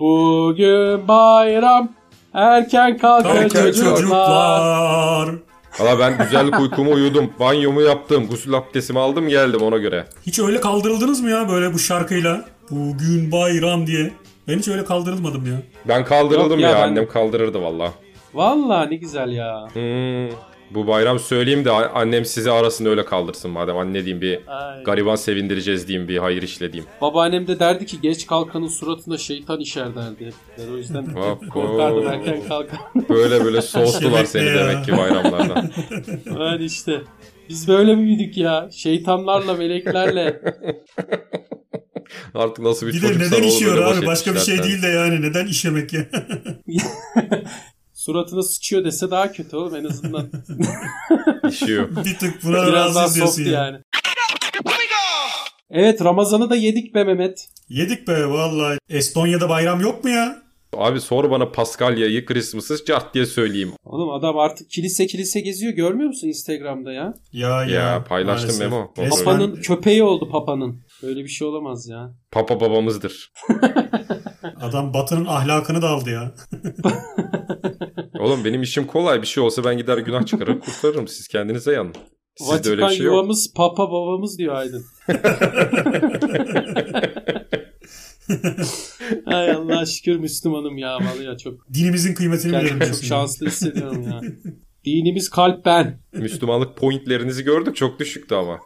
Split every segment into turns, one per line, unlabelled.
Bugün bayram. Erken kalkın
Erken
çocuklar.
çocuklar.
Valla ben güzellik uykumu uyudum. Banyomu yaptım. Gusül abdestimi aldım geldim ona göre.
Hiç öyle kaldırıldınız mı ya böyle bu şarkıyla? Bugün bayram diye. Ben hiç öyle kaldırılmadım ya.
Ben kaldırıldım
Yok ya,
ya,
ben-
annem kaldırırdı valla.
Vallahi ne güzel ya.
Hmm, bu bayram söyleyeyim de a- annem sizi arasında öyle kaldırsın madem. Anne diyeyim bir
Ay.
gariban sevindireceğiz diyeyim bir hayır işle diyeyim.
Babaannem de derdi ki geç kalkanın suratına şeytan işer derdi. Ben o yüzden
Hop,
korkardım
hop.
erken kalkan.
Böyle böyle soğuttular seni
Şebekle ya.
demek ki bayramlardan.
Ben işte. Biz böyle mi büyüdük ya? Şeytanlarla, meleklerle.
Artık nasıl bir,
Bir de
çocuksan
neden
oğlum,
işiyor
öyle boş
abi? Başka bir
etmişler
şey
sen.
değil de yani neden işemek ya?
Suratına sıçıyor dese daha kötü oğlum en azından.
İşiyor.
bir tık buna
Biraz daha
razı diyorsun
soft
ya.
yani. Evet Ramazan'ı da yedik be Mehmet.
Yedik be vallahi. Estonya'da bayram yok mu ya?
Abi sor bana Paskalya'yı Christmas'ı cart diye söyleyeyim.
Oğlum adam artık kilise kilise geziyor görmüyor musun Instagram'da ya?
Ya ya.
Ya, paylaştım
maalesef.
Memo.
Resmen-
Papanın köpeği oldu papanın. Böyle bir şey olamaz ya.
Papa babamızdır.
Adam batının ahlakını da aldı ya.
Oğlum benim işim kolay. Bir şey olsa ben gider günah çıkarır kurtarırım. Siz kendinize yanın. Sizde
Vatikan
öyle bir şey yok.
yuvamız papa babamız diyor Aydın. Ay Allah şükür Müslümanım ya vallahi ya çok
Dinimizin kıymetini bilelim
kendimi çok
diyorsun. ya.
şanslı hissediyorum ya. Dinimiz kalp ben.
Müslümanlık pointlerinizi gördük. Çok düşüktü ama.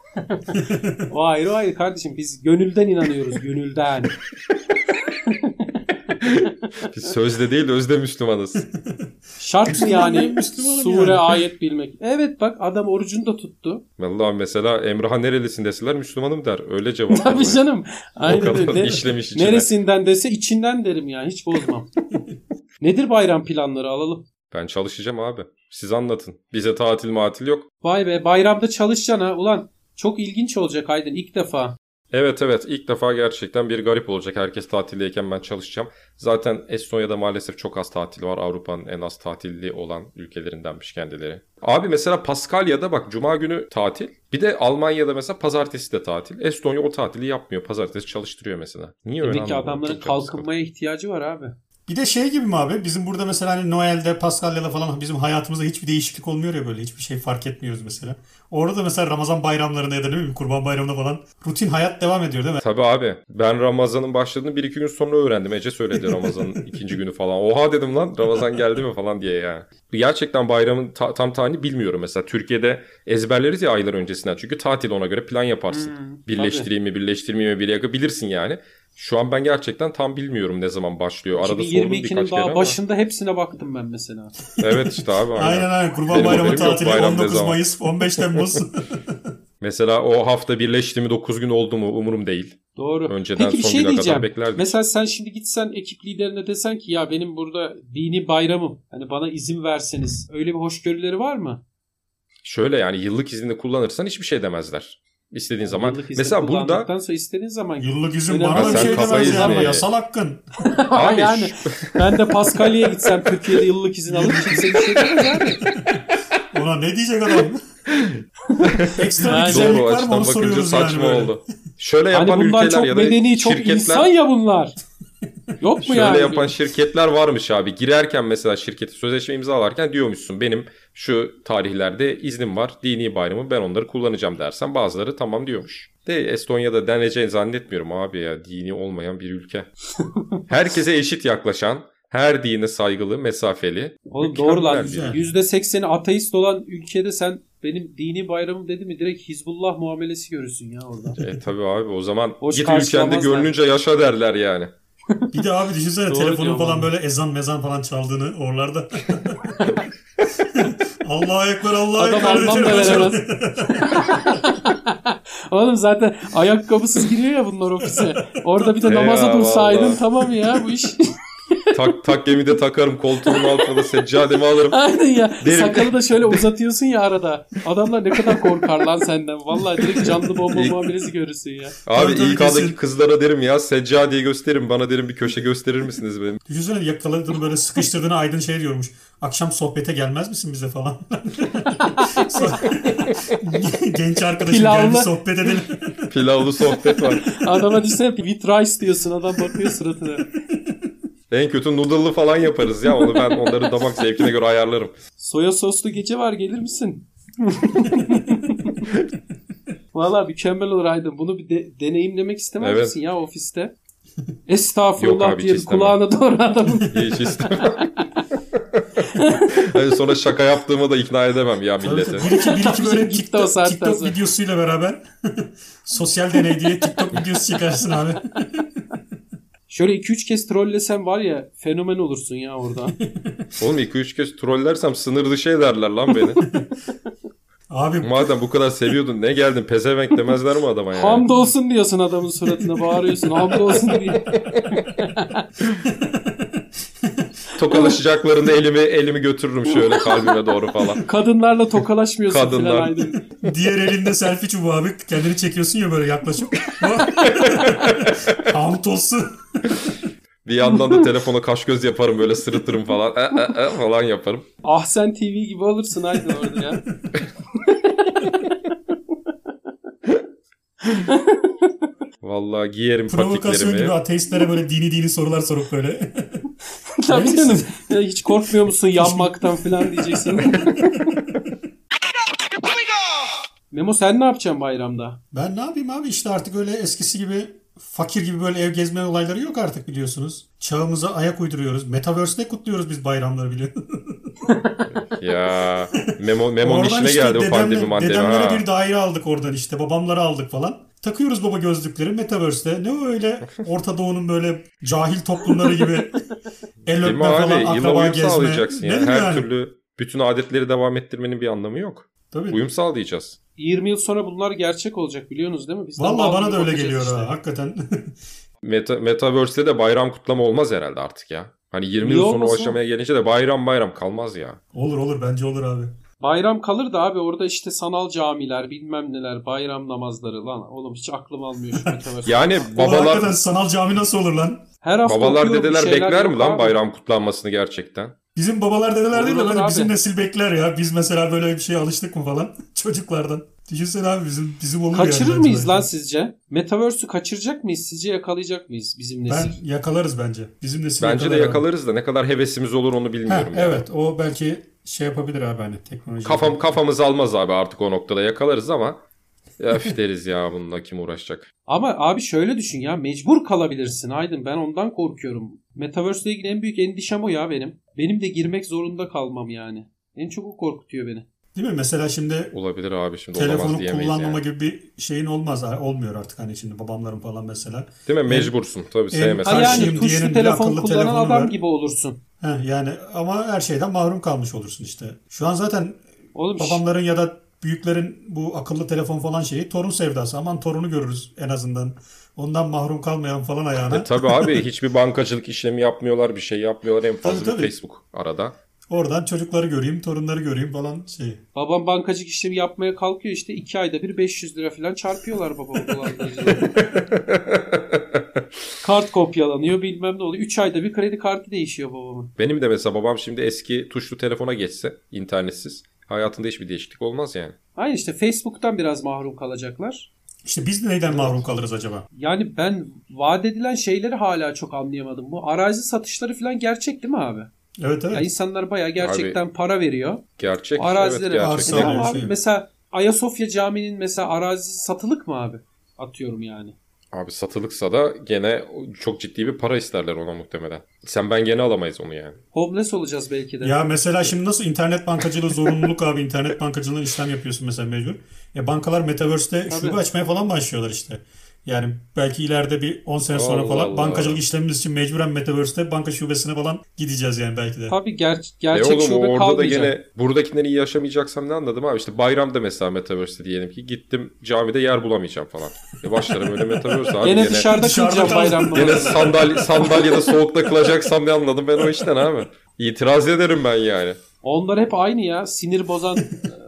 O ayrı o ayrı kardeşim biz gönülden inanıyoruz gönülden.
Biz sözde değil özde Müslümanız.
Şart mı yani
Müslümanım
sure
yani.
ayet bilmek? Evet bak adam orucunu da tuttu.
Vallahi mesela Emrah nerelisin deseler Müslümanım der. Öyle cevap
Tabii
veriyor.
canım.
O
Aynen
kadar
öyle.
işlemiş içine.
Neresinden dese içinden derim ya hiç bozmam. Nedir bayram planları alalım?
Ben çalışacağım abi. Siz anlatın. Bize tatil matil yok.
Vay be bayramda çalışacaksın ha. Ulan çok ilginç olacak Aydın ilk defa.
Evet evet ilk defa gerçekten bir garip olacak. Herkes tatildeyken ben çalışacağım. Zaten Estonya'da maalesef çok az tatil var. Avrupa'nın en az tatilli olan ülkelerindenmiş kendileri. Abi mesela Paskalya'da bak cuma günü tatil. Bir de Almanya'da mesela pazartesi de tatil. Estonya o tatili yapmıyor. Pazartesi çalıştırıyor mesela. Niye öyle
Demek ki
anlamadım.
adamların
Çok canım sıkıldı.
kalkınmaya ihtiyacı var abi.
Bir de şey gibi mi abi? Bizim burada mesela hani Noel'de, Paskalya'da falan bizim hayatımızda hiçbir değişiklik olmuyor ya böyle. Hiçbir şey fark etmiyoruz mesela. Orada da mesela Ramazan bayramlarında ya da ne bileyim Kurban bayramında falan rutin hayat devam ediyor değil mi?
Tabii abi. Ben Ramazan'ın başladığını bir iki gün sonra öğrendim. Ece söyledi Ramazan'ın ikinci günü falan. Oha dedim lan Ramazan geldi mi falan diye ya. Gerçekten bayramın ta- tam tarihini bilmiyorum mesela. Türkiye'de ezberleriz ya aylar öncesinden. Çünkü tatil ona göre plan yaparsın.
Hmm,
Birleştireyim mi birleştirmeyeyim mi bir yaka bilirsin yani. Şu an ben gerçekten tam bilmiyorum ne zaman başlıyor. Arada sordum
2022'nin
birkaç kere
daha
ama.
başında hepsine baktım ben mesela.
Evet işte abi. aynen.
Aynen aynen. Kurban
Benim
bayramı
haberim yok
tatili
bayram ne
19
zaman.
Mayıs, 15 Temmuz.
Mesela o hafta birleşti mi 9 gün oldu mu umurum değil.
Doğru.
Önceden
Peki bir
son
şey
güne kadar
diyeceğim.
beklerdim.
Mesela sen şimdi gitsen ekip liderine desen ki ya benim burada dini bayramım. Hani bana izin verseniz. Öyle bir hoşgörüleri var mı?
Şöyle yani yıllık iznini kullanırsan hiçbir şey demezler. İstediğin zaman.
Yıllık izin
Mesela burada
kullandıktan sonra istediğin zaman git.
Yıllık izin
Öyle
bana
mi?
da bir
Sen
şey
kafayı
demez ya.
izle.
Yasal hakkın.
Abi
yani
şu-
ben de Paskalya'ya gitsem Türkiye'de yıllık izin alıp kimse bir şey demez abi.
Ona ne diyecek adam? Ekstra bir
Aynen.
güzellik
Doğru
var mı
açıdan
onu
bakınca
soruyoruz yani
saçma
böyle.
oldu. Şöyle yapan
Hani bunlar
ülkeler
çok
ya da
medeni, çok
şirketler
insan ya bunlar. Yok mu
şöyle
yani?
yapan şirketler varmış abi. Girerken mesela şirketi sözleşme imzalarken diyormuşsun benim şu tarihlerde iznim var. Dini bayramı ben onları kullanacağım dersen bazıları tamam diyormuş. De Estonya'da deneceğini zannetmiyorum abi ya. Dini olmayan bir ülke. Herkese eşit yaklaşan, her dine saygılı, mesafeli.
Oğlum
Mükemmel
doğru lan.
bir
yer.
%80'i ateist olan ülkede sen benim dini bayramım dedi mi direkt Hizbullah muamelesi görürsün ya orada.
E tabi abi o zaman
Hoş
git ülkende
karşılamazlar.
gönlünce yaşa derler yani.
Bir de abi düşünsene
Doğru
telefonun
diyor
falan
vallahi.
böyle ezan mezan falan çaldığını oralarda. Allah'a ekber Allah'a
Adam
ekber.
anlam da veremez. Oğlum zaten ayakkabısız giriyor ya bunlar ofise. Orada bir de namaza
Eyvah,
dursaydın
vallahi.
tamam ya bu iş.
tak tak gemide takarım koltuğumun altına da seccademi alırım.
Aynen ya.
Derim.
Sakalı da şöyle uzatıyorsun ya arada. Adamlar ne kadar korkar lan senden. Vallahi direkt canlı bomba
İlk-
muamelesi görürsün ya.
Abi
Tabii, tabii,
İK'daki
kesin.
kızlara derim ya seccadeyi gösterin bana derim bir köşe gösterir misiniz benim?
Düşünsene yakaladığını böyle sıkıştırdığını Aydın şey diyormuş. Akşam sohbete gelmez misin bize falan. Genç arkadaşım gel bir
Pilavlı.
sohbet edelim.
Pilavlı sohbet var.
Adama düşsene with rice diyorsun. Adam bakıyor suratına.
En kötü noodle'lı falan yaparız ya. Onu ben onların damak zevkine göre ayarlarım.
Soya soslu gece var gelir misin? Valla mükemmel olur Aydın. Bunu bir de- deneyimlemek istemez
Evet.
misin ya ofiste?
Yok
Estağfurullah
abi,
diye
hiç
bir kulağına doğru adamın.
Hiç istemem. Hani sonra şaka yaptığımı da ikna edemem ya
Tabii
millete.
tabii. Bir iki, bir iki böyle
Gitti o
TikTok,
saatten
TikTok
sonra.
videosuyla beraber sosyal deney diye TikTok videosu çıkarsın abi.
Şöyle 2-3 kez trollesen var ya fenomen olursun ya orada.
Oğlum 2-3 kez trollersem sınır dışı ederler lan beni.
Abi
Madem bu kadar seviyordun ne geldin pezevenk demezler mi adama yani?
Hamdolsun diyorsun adamın suratına bağırıyorsun. Hamdolsun diye.
Tokalaşacaklarında elimi elimi götürürüm şöyle kalbime doğru falan.
Kadınlarla tokalaşmıyorsun Kadınlar.
Kadınlar.
filan Aydın.
diğer elinde selfie çubuğu abi kendini çekiyorsun ya böyle yaklaşıp. Hamd olsun.
Bir yandan da telefona kaş göz yaparım böyle sırıtırım falan. E, e, e falan yaparım.
Ah sen TV gibi alırsın Aydın orada ya.
Vallahi giyerim
Provokasyon gibi
patiklerimi.
ateistlere böyle dini dini sorular sorup böyle.
Tabii
Neyse.
canım. Ya hiç korkmuyor musun yanmaktan filan diyeceksin. Memo sen ne yapacaksın bayramda?
Ben ne yapayım abi işte artık öyle eskisi gibi fakir gibi böyle ev gezme olayları yok artık biliyorsunuz. Çağımıza ayak uyduruyoruz. Metaverse'de kutluyoruz biz bayramları biliyorsunuz.
Ya Memo, Memo'nun
Oradan
işine
işte
geldi bu
dedemle-
pandemi mandemi.
Dedemlere
Ha.
bir daire aldık oradan işte. Babamlara aldık falan. Takıyoruz baba gözlükleri Metaverse'de. Ne öyle Orta Doğu'nun böyle cahil toplumları gibi el
Değil mi
öpme
abi?
falan
Yıla
akraba
uyum
gezme.
sağlayacaksın
Ne
yani.
bileyim
Her
yani.
türlü bütün adetleri devam ettirmenin bir anlamı yok.
Tabii.
Uyum sağlayacağız.
20 yıl sonra bunlar gerçek olacak biliyorsunuz değil mi? Biz de
Vallahi bana
mağdur
da öyle
olacağız
geliyor
işte.
ha, hakikaten.
Meta, Metaverse'de de bayram kutlama olmaz herhalde artık ya. Hani 20
Niye
yıl sonra o
olmasın?
aşamaya gelince de bayram bayram kalmaz ya.
olur olur bence olur abi.
Bayram kalır da abi orada işte sanal camiler bilmem neler bayram namazları lan oğlum hiç aklım almıyor şu metaverse.
Yani
Babalar...
babalar
hakikaten sanal cami nasıl olur lan?
Her hafta
babalar
okuyorum, bir
dedeler
şeyler
bekler mi
yok
lan
abi.
bayram kutlanmasını gerçekten?
Bizim babalar dedeler değil de
Olur, olur
hani bizim
abi.
nesil bekler ya. Biz mesela böyle bir şeye alıştık mı falan çocuklardan. Düşünsene abi bizim bizim olur yani.
Kaçırır
bence
mıyız
belki.
lan sizce? Metaverse'ü kaçıracak mıyız? Sizce yakalayacak mıyız bizim nesil?
Ben yakalarız bence. Bizim nesil
Bence de
yakalar abi.
yakalarız da ne kadar hevesimiz olur onu
Ha,
bilmiyorum. yani.
evet o belki şey yapabilir abi hani teknoloji.
Kafam kafamız almaz abi artık o noktada yakalarız ama öf deriz ya bununla kim uğraşacak?
Ama abi şöyle düşün ya mecbur kalabilirsin Aydın ben ondan korkuyorum. Metaverse'le ilgili en büyük endişem o ya benim. Benim de girmek zorunda kalmam yani. En çok o korkutuyor beni.
Değil mi? Mesela şimdi
Olabilir abi şimdi
telefonu
olamaz diyemeyiz
kullanmama
yani.
gibi bir şeyin olmaz. Olmuyor artık hani şimdi babamların falan mesela.
Değil mi? Mecbursun tabii
Em-
Ha
sevmesen.
Karşıyım
yani
diyenin
tuşlu
bile
telefon
akıllı
kullanan
telefonu
adam
var.
gibi olursun.
Heh, yani ama her şeyden mahrum kalmış olursun işte. Şu an zaten
Oğlum şş,
babamların ya da büyüklerin bu akıllı telefon falan şeyi torun sevdası. Aman torunu görürüz en azından. Ondan mahrum kalmayan falan ayağına.
E tabii abi hiçbir bankacılık işlemi yapmıyorlar, bir şey yapmıyorlar. En fazla
Tabii,
bir
tabii.
Facebook arada.
Oradan çocukları göreyim, torunları göreyim falan şey.
babam bankacılık işlemi yapmaya kalkıyor işte 2 ayda bir 500 lira falan çarpıyorlar babamı dolandırıcılar. Kart kopyalanıyor bilmem ne oluyor. 3 ayda bir kredi kartı değişiyor babamın.
Benim de mesela babam şimdi eski tuşlu telefona geçse internetsiz hayatında hiçbir değişiklik olmaz yani.
Aynen işte Facebook'tan biraz mahrum kalacaklar.
İşte biz neyden mahrum kalırız acaba?
Yani ben vaat edilen şeyleri hala çok anlayamadım. Bu arazi satışları falan gerçek değil mi abi?
Evet
Ya
evet.
insanlar bayağı gerçekten para veriyor.
Gerçek.
Arazilere
evet, gerçek.
arsa
Ya
veriyor,
abi
şey.
mesela Ayasofya Camii'nin mesela arazisi satılık mı abi? Atıyorum yani.
Abi satılıksa da gene çok ciddi bir para isterler ona muhtemelen. Sen ben gene alamayız onu yani.
Homeless olacağız belki de.
Ya mesela şimdi nasıl internet bankacılığı zorunluluk abi internet bankacılığından işlem yapıyorsun mesela mecbur. Ya bankalar metaverse'te
Tabii.
şube açmaya falan başlıyorlar işte. Yani belki ileride bir 10 sene sonra
Allah
falan
Allah.
bankacılık işlemimiz için mecburen metaverse'te banka şubesine falan gideceğiz yani belki de.
Tabii ger-
E
gerçek
oğlum
şube
orada da
kalmayacak.
gene buradakinden iyi yaşamayacaksam ne anladım abi? İşte bayramda mesela Metaverse'de diyelim ki gittim camide yer bulamayacağım falan. E başlarım öyle Metaverse
Gene,
abi. Gene, gene,
dışarıda,
Dışarıda
kılacağım
kalsın.
bayram namazını.
sandalye, sandalyede soğukta kılacaksam ne anladım ben o işten abi. İtiraz ederim ben yani.
Onlar hep aynı ya. Sinir bozan e,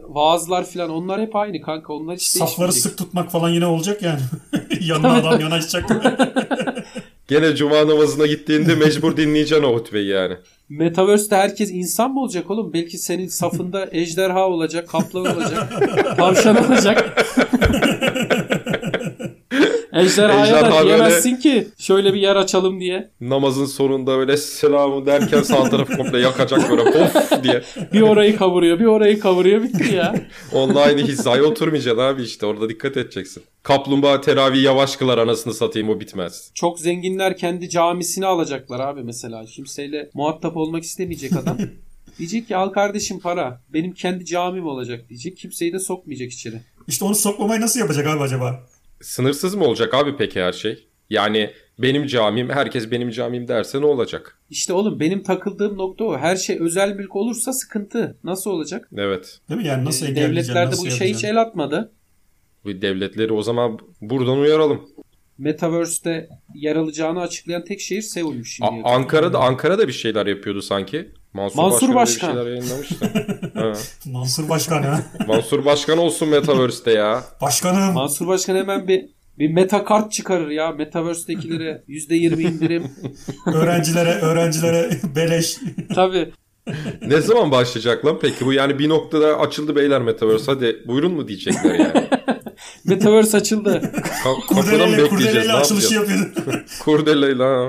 vaazlar falan onlar hep aynı kanka. Onlar hiç
Safları
değişmeyecek.
sık tutmak falan yine olacak yani. Yanına adam yanaşacak.
Gene cuma namazına gittiğinde mecbur dinleyeceksin o hutbeyi yani.
Metaverse'de herkes insan mı olacak oğlum? Belki senin safında ejderha olacak, kaplan olacak, tavşan olacak. Ejderhaya
Ejderha
da
böyle-
diyemezsin ki şöyle bir yer açalım diye.
Namazın sonunda böyle selamı derken sağ tarafı komple yakacak böyle of diye.
Bir orayı kavuruyor, bir orayı kavuruyor bitti ya.
Online hizaya oturmayacaksın abi işte orada dikkat edeceksin. Kaplumbağa teravih yavaş kılar anasını satayım o bitmez.
Çok zenginler kendi camisini alacaklar abi mesela. Kimseyle muhatap olmak istemeyecek adam. diyecek ki al kardeşim para. Benim kendi camim olacak diyecek. Kimseyi de sokmayacak içeri.
İşte onu sokmamayı nasıl yapacak abi acaba?
Sınırsız mı olacak abi peki her şey? Yani benim camim herkes benim camim derse ne olacak?
İşte oğlum benim takıldığım nokta o. Her şey özel mülk olursa sıkıntı. Nasıl olacak?
Evet.
Değil mi? Yani nasıl
Ee,
engelleyeceksin?
Devletler de bu
nasıl
şey
işe hiç
yapacaksın?
el atmadı.
Bu devletleri o zaman buradan uyaralım.
Metaverse'te yer alacağını açıklayan tek şehir şey Seul'müş
A-
şimdi.
Ankara'da Ankara'da bir şeyler yapıyordu sanki. Mansur,
Mansur
Başkan.
Başkan.
öyle Bir şeyler yayınlamıştı. Ha.
Mansur Başkan ha.
Mansur Başkan olsun Metaverse'te ya.
Başkanım.
Mansur Başkan hemen bir bir meta kart çıkarır ya. Metaverse'dekilere %20 indirim.
öğrencilere, öğrencilere beleş.
Tabii.
Ne zaman başlayacak lan peki bu? Yani bir noktada açıldı beyler Metaverse hadi buyurun mu diyecekler yani.
Metaverse açıldı.
Ka- kapıda mı
Kurdeleyle,
bekleyeceğiz?
kurdeleyle
Ne
açılışı
yapacağız?
yapıyordu.
Kurdeleyle ha.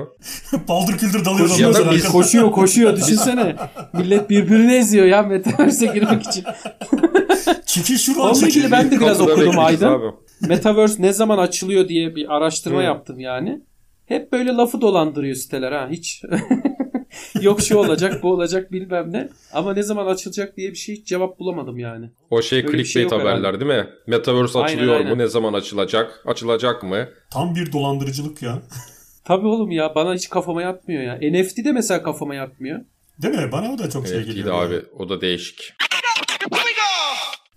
Baldır küldür dalıyordu.
Ya da
mesela.
biz-
Koşuyor koşuyor düşünsene. Millet birbirini eziyor ya Metaverse'e girmek için.
Çekil şuradan
Vallahi
çekil.
ki ben de biraz
Kapıda
okudum
bekleyeceğiz
Aydın.
abi.
Metaverse ne zaman açılıyor diye bir araştırma
Hı.
yaptım yani. Hep böyle lafı dolandırıyor siteler ha hiç. Yok şu olacak bu olacak bilmem ne. Ama ne zaman açılacak diye bir şey hiç cevap bulamadım yani.
O şey
Öyle bir
clickbait
şey yok
haberler
herhalde.
değil mi? Metaverse
Aynen,
açılıyor mu?
aynen.
Ne zaman açılacak? Açılacak mı?
Tam bir dolandırıcılık ya.
Tabii oğlum ya bana hiç kafama yatmıyor ya. NFT de mesela kafama yatmıyor.
Değil mi? Bana o da çok şey
NFT'di
geliyor.
abi. O da değişik.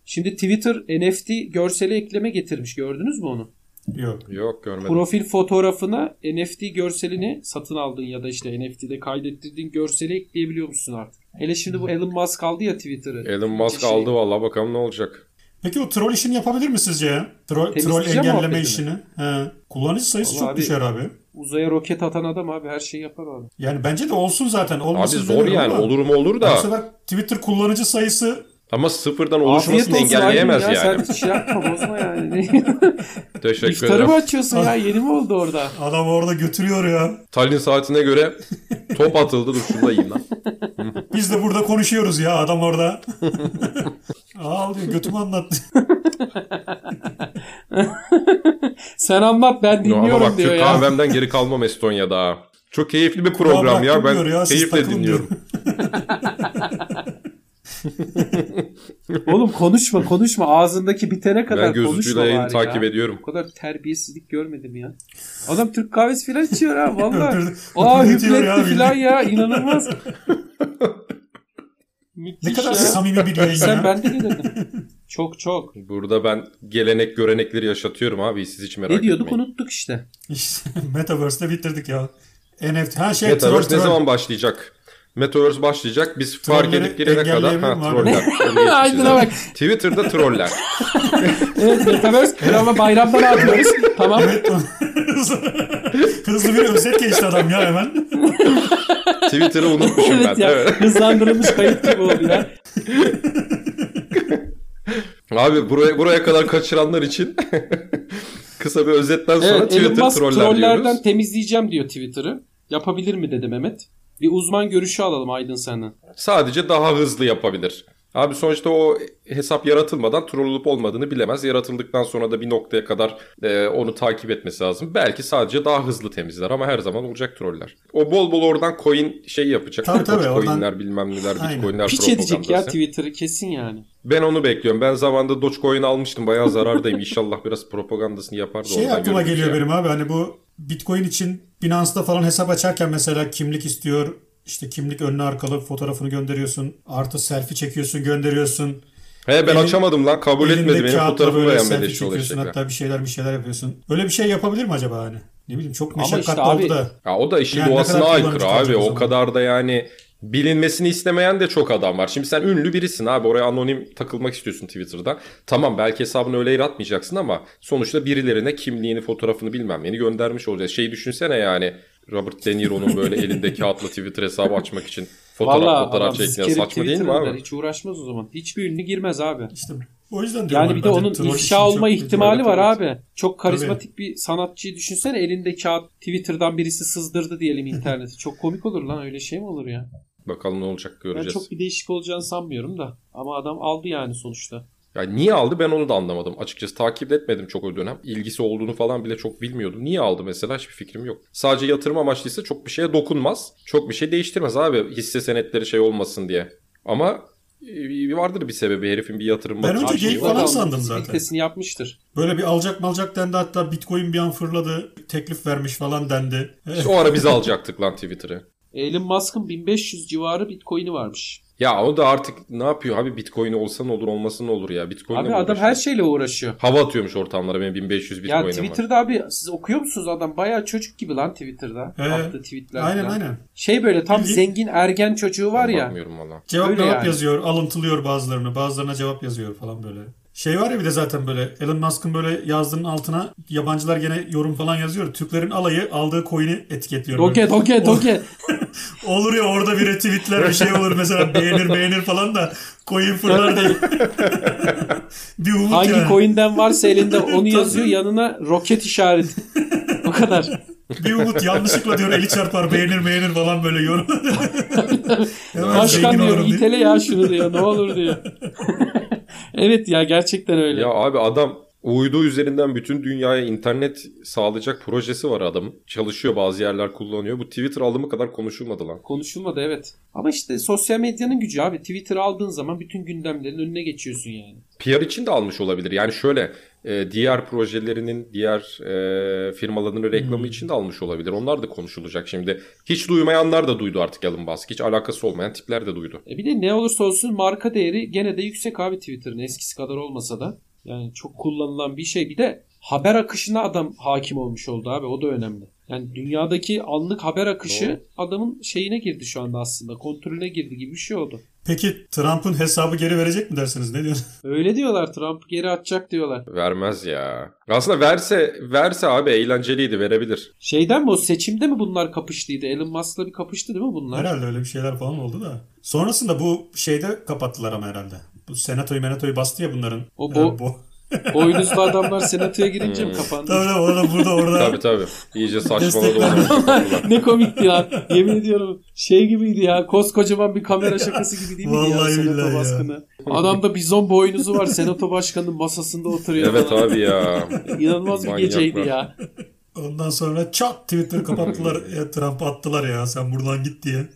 Şimdi Twitter NFT görseli ekleme getirmiş gördünüz mü onu?
Yok.
Yok görmedim.
Profil fotoğrafına NFT görselini satın aldın ya da işte NFT'de kaydettirdiğin görseli ekleyebiliyor musun artık? Hele şimdi bu Elon Musk aldı ya Twitter'ı.
Elon Musk
Şey-
aldı valla bakalım ne olacak.
Peki o troll işini yapabilir mi sizce ya? Troll, troll
Temizleyeceğim
engelleme
muhabbetini.
işini. He. Kullanıcı sayısı
Vallahi
çok
abi-
düşer abi.
Uzaya roket atan adam abi her şeyi yapar abi.
Yani bence de olsun zaten.
Abi
Olmasın
zor yani olur mu olur
da. Bu
da
sefer Twitter kullanıcı sayısı
ama sıfırdan
Afiyet
oluşmasını
olsun
engelleyemez
Aydın ya,
yani.
Sen şey yapma bozma yani.
Teşekkür
İftarı
ederim.
mı açıyorsun ya? Yeni mi oldu orada?
adam orada götürüyor ya.
Tallinn saatine göre top atıldı dur şunu da yiyeyim lan.
Biz de burada konuşuyoruz ya adam orada. Al diyor götümü anlattı.
Sen anlat ben
No,
dinliyorum
ama bak
diyor
Türk
ya.
kahvemden geri kalmam Estonya'da. ha. Çok keyifli bir program ya.
Kulağım
Ben
bakmıyor ya, siz
keyifle
takılın
dinliyorum.
Oğlum konuşma konuşma. Ağzındaki bitene kadar
Ben
konuşma
gözücüyle yayını
bari
takip
ya.
ediyorum.
O kadar terbiyesizlik görmedim ya. Adam Türk kahvesi falan içiyor ha valla.
Öpürdü-
Aa
öpürdü diyor ya,
hüpletti
bildiğin.
falan ya. inanılmaz.
Ne
Müthiş
kadar
ya.
samimi bir yayın
Sen
ya.
ben de dedim. Çok çok.
Burada ben gelenek görenekleri yaşatıyorum abi siz hiç merak
ne diyorduk
etmeyin.
unuttuk işte.
İşte Metaverse'de bitirdik ya. NFT. Ha şey troll
Metaverse ne
troll.
zaman başlayacak? Metaverse başlayacak. Biz fark
Trolleri
edip girene kadar
engelleyebilir
ha
miyim abi?
troller. Onu geçmişiz
Aydın'a
abi.
bak.
Twitter'da troller.
Evet Metaverse ama bayramda ne yapıyoruz? Tamam.
Evet. Hızlı bir özet geçti adam ya hemen.
Twitter'ı unutmuşum
evet
ben.
ya
Evet.
hızlandırılmış kayıt gibi oldu ya.
Abi buraya buraya kadar kaçıranlar için kısa bir özetten sonra
Evet, Elon
Twitter
Musk
troller
trollerden
diyoruz.
temizleyeceğim diyor Twitter'ı. Yapabilir mi dedi Mehmet. Bir uzman görüşü alalım Aydın senden.
Sadece daha hızlı yapabilir. Abi sonuçta o hesap yaratılmadan troll olup olmadığını bilemez. Yaratıldıktan sonra da bir noktaya kadar e, onu takip etmesi lazım. Belki sadece daha hızlı temizler ama her zaman olacak troller. O bol bol oradan coin şey yapacak.
Tabii, tabii,
Dogecoin'ler,
oradan-
bilmem neler,
Aynen.
bitcoin'ler
Piç edecek ya
propagandası.
Twitter'ı kesin yani.
Ben onu bekliyorum. Ben zamanında Dogecoin almıştım. Bayağı zarardayım. İnşallah biraz propagandasını yapar da
Şey
oradan
aklıma
görürüz
geliyor
ya.
benim abi hani bu Bitcoin için Binance'da falan hesap açarken mesela kimlik istiyor. İşte kimlik önlü arkalı fotoğrafını gönderiyorsun. Artı selfie çekiyorsun gönderiyorsun.
He ben
Elin-
açamadım lan. Kabul
Elinde
etmedi. Benim
kağıtla
fotoğrafımı
böyle
beğenmedi.
selfie
şu
çekiyorsun
olacaklar.
hatta bir şeyler bir şeyler yapıyorsun. Öyle bir şey yapabilir mi acaba hani? Ne bileyim çok
Ama işte
meşakkatli
abi-
oldu da.
Ya o da işin
Yani ne
doğasına
kadar
aykırı
kullanıcı
abi.
kalacak o
O
zaman?
kadar da yani bilinmesini istemeyen de çok adam var. Şimdi sen ünlü birisin abi. Oraya anonim takılmak istiyorsun Twitter'da. Tamam belki hesabını öyle yaratmayacaksın ama sonuçta birilerine kimliğini, fotoğrafını bilmem neyini göndermiş olacağız. Şeyi düşünsene yani Robert De Niro'nun böyle elinde kağıtla Twitter hesabı açmak için fotoğraf
Valla
fotoğraf
adam
çektiğine
sikerip
saçma değil mi
Twitter'ı
abi?
der, Hiç uğraşmaz o zaman. Hiçbir ünlü girmez abi.
İşte O yüzden diyorum
Yani
hani
bir de
bence
onun
troll işini
ifşa
çok
olma
büyük
ihtimali var
olarak-
abi. Çok karizmatik bir sanatçıyı düşünsene elinde kağıt Twitter'dan birisi sızdırdı diyelim internete. Çok komik olur lan öyle şey mi olur ya?
Bakalım ne olacak
Ben
göreceğiz.
çok bir değişik olacağını sanmıyorum da. Ama adam aldı yani sonuçta.
Ya niye aldı ben onu da anlamadım. Açıkçası takip etmedim çok o dönem. İlgisi olduğunu falan bile çok bilmiyordum. Niye aldı mesela hiçbir fikrim yok. Sadece yatırım amaçlıysa çok bir şeye dokunmaz. Çok bir şey değiştirmez abi hisse senetleri şey olmasın diye. Ama e, vardır bir sebebi herifin bir yatırım
Ben önce
bir şeyi
geyik
var.
falan
Adam
sandım zaten.
Fiktesini yapmıştır.
Böyle bir alacak malacak dendi hatta bitcoin bir an fırladı teklif vermiş falan dendi. Eh,
İşte o ara biz alacaktık lan Twitter'ı.
Elon Musk'ın 1500 civarı bitcoin'i varmış.
Ya o da artık ne yapıyor abi bitcoin olsa ne olur olmasa ne olur ya. Bitcoin'le
abi
mi
adam
uğraşıyor?
her şeyle uğraşıyor.
Hava atıyormuş ortamlara benim 1500 bitcoin'im
ya
var.
Twitter'da abi siz okuyor musunuz adam? Bayağı çocuk gibi lan Twitter'da.
He.
Attığı tweetler
aynen
falan.
aynen.
Şey böyle tam
Bildiğin-
zengin ergen çocuğu var
Ben
ya.
Bakmıyorum valla.
Cevap
Öyle
cevap
yani.
yazıyor, alıntılıyor bazılarını, bazılarına cevap yazıyor falan böyle. Şey var ya bir de zaten böyle Elon Musk'ın böyle yazdığının altına yabancılar gene yorum falan yazıyor. Türklerin alayı aldığı coin'i etiketliyor.
Doge
böyle.
doge doge.
Olur ya orada bir retweetler bir şey olur mesela beğenir beğenir falan da coin fırlar diye. bir umut
Hangi
yani.
coin'den varsa elinde onu
Tabii.
yazıyor yanına roket işareti. o kadar.
Bir umut yanlışlıkla diyor eli çarpar beğenir beğenir falan böyle yorum. Hemen
Başkan
zengin
diyor
olurum diye.
itele ya şunu diyor ne olur diyor. evet ya gerçekten öyle.
Ya abi adam uydu üzerinden bütün dünyaya internet sağlayacak projesi var adamın. Çalışıyor bazı yerler kullanıyor. Bu Twitter alımı kadar konuşulmadı lan.
Konuşulmadı evet. Ama işte sosyal medyanın gücü abi. Twitter'ı aldığın zaman bütün gündemlerin önüne geçiyorsun yani.
PR için de almış olabilir. Yani şöyle e, diğer projelerinin, diğer e, firmaların reklamı için de almış olabilir. Onlar da konuşulacak şimdi. Hiç duymayanlar da duydu artık Elon Musk. Hiç alakası olmayan tipler de duydu.
E bir de ne olursa olsun marka değeri gene de yüksek abi Twitter'ın eskisi kadar olmasa da. Yani çok kullanılan bir şey. Bir de haber akışına adam hakim olmuş oldu abi. O da önemli. Yani dünyadaki anlık haber akışı adamın şeyine girdi şu anda aslında. Kontrolüne girdi gibi bir şey oldu.
Peki Trump'ın hesabı geri verecek mi dersiniz? Ne diyorsun?
Öyle diyorlar Trump geri atacak diyorlar.
Vermez ya. Aslında verse verse abi eğlenceliydi verebilir.
Şeyden mi o seçimde mi bunlar kapıştıydı? Elon Musk'la bir kapıştı değil mi bunlar?
Herhalde öyle bir şeyler falan oldu da. Sonrasında bu şeyde kapattılar ama herhalde. Bu senatoyu menatoyu bastı ya bunların.
O
Ee,
bo-
bu.
Boynuzlu adamlar senatoya girince mi
Tabii
kapandı?
tabii, orada burada orada.
Tabii tabii. İyice saçmaladı
Destekler.
onu.
ne komikti ya. Yemin ediyorum şey gibiydi ya. Koskocaman bir kamera şakası gibi değil miydi
Vallahi
ya
billahi
senato
ya.
baskını? Adamda bizon boynuzu var. Senato başkanının masasında oturuyor.
Evet
falan.
abi ya.
İnanılmaz bir
Manyaklar.
geceydi ya.
Ondan sonra çat Twitter'ı kapattılar. ya, Trump'ı attılar ya sen buradan git diye.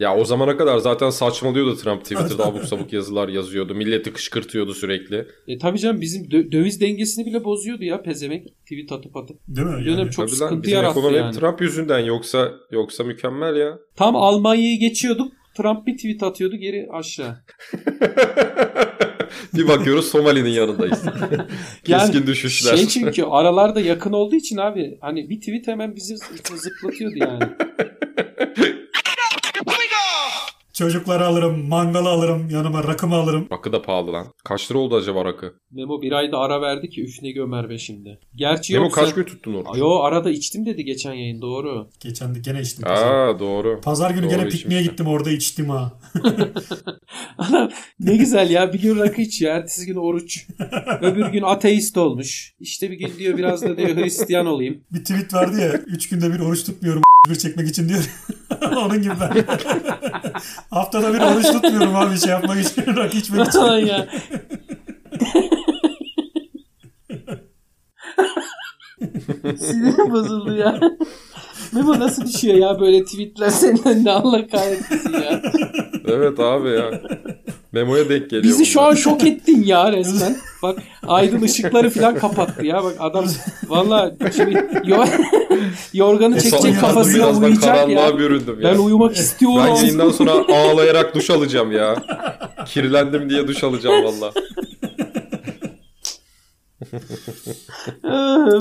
Ya o zamana kadar zaten saçmalıyordu Trump Twitter'da abuk sabuk yazılar yazıyordu. Milleti kışkırtıyordu sürekli.
E tabii canım bizim dö- döviz dengesini bile bozuyordu ya pezemek. Tweet atıp atıp.
Değil mi?
Bir dönem
Yani
çok
Tabii lan
sıkıntı
bizim
yarattı
ekonomi
yani.
hep Trump yüzünden yoksa yoksa mükemmel ya.
Tam Almanya'yı geçiyorduk. Trump bir tweet atıyordu geri aşağı.
bir bakıyoruz Somali'nin yanındayız. Keskin düşüşler.
Şey çünkü aralarda yakın olduğu için abi hani bir tweet hemen bizi zı- zıplatıyordu yani.
Çocukları alırım, mangalı alırım, yanıma rakımı alırım.
Rakı da pahalı lan. Kaç lira oldu acaba rakı?
Memo bir ayda ara verdi ki üf ne gömer be şimdi. Gerçi
Memo
yoksa...
kaç gün tuttun orada?
Aa, Yo arada içtim dedi geçen yayın doğru.
Geçen de gene içtim. Pazar,
Aa doğru.
Pazar günü gene
Doğru
pikniğe
içmişsin.
gittim orada içtim ha.
Ne güzel ya bir gün rakı içiyor ertesi gün oruç. Öbür gün ateist olmuş. İşte bir gün diyor biraz da diyor Hristiyan olayım.
Bir tweet vardı ya. Üç günde bir oruç tutmuyorum bir çekmek için diyor. Onun gibi ben. Haftada bir oruç tutmuyorum abi şey yapmak için, rakı içmek için.
Ulan ya. Sinirim bozuldu ya. Memo nasıl düşüyor ya böyle tweetler senin önüne Allah kahretsin ya.
Evet abi ya. Memo'ya denk geliyor.
Bizi şu
bunlar.
an şok ettin ya resmen. Bak aydın ışıkları falan kapattı ya. Bak adam valla şimdi yo- yorganı
E,
çekecek
sonra
kafasına
birazdan
uyuyacak ya.
karanlığa büründüm ya.
Ben uyumak
Ben
istiyorum.
yayından sonra ağlayarak duş alacağım ya. Kirlendim diye duş alacağım valla.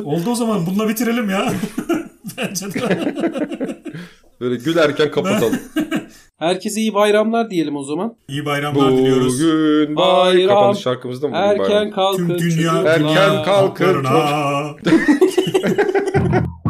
Oldu o zaman bununla bitirelim ya. Bence de.
Böyle gülerken kapatalım.
Herkese iyi bayramlar diyelim o zaman.
İyi bayramlar diliyoruz.
Bugün
Bayram.
bayram. Kapanış şarkımızda mı? bugün bayram?
Erken kalkın.
Tüm dünya
çocuklar.
Erken kalkın
haklarına.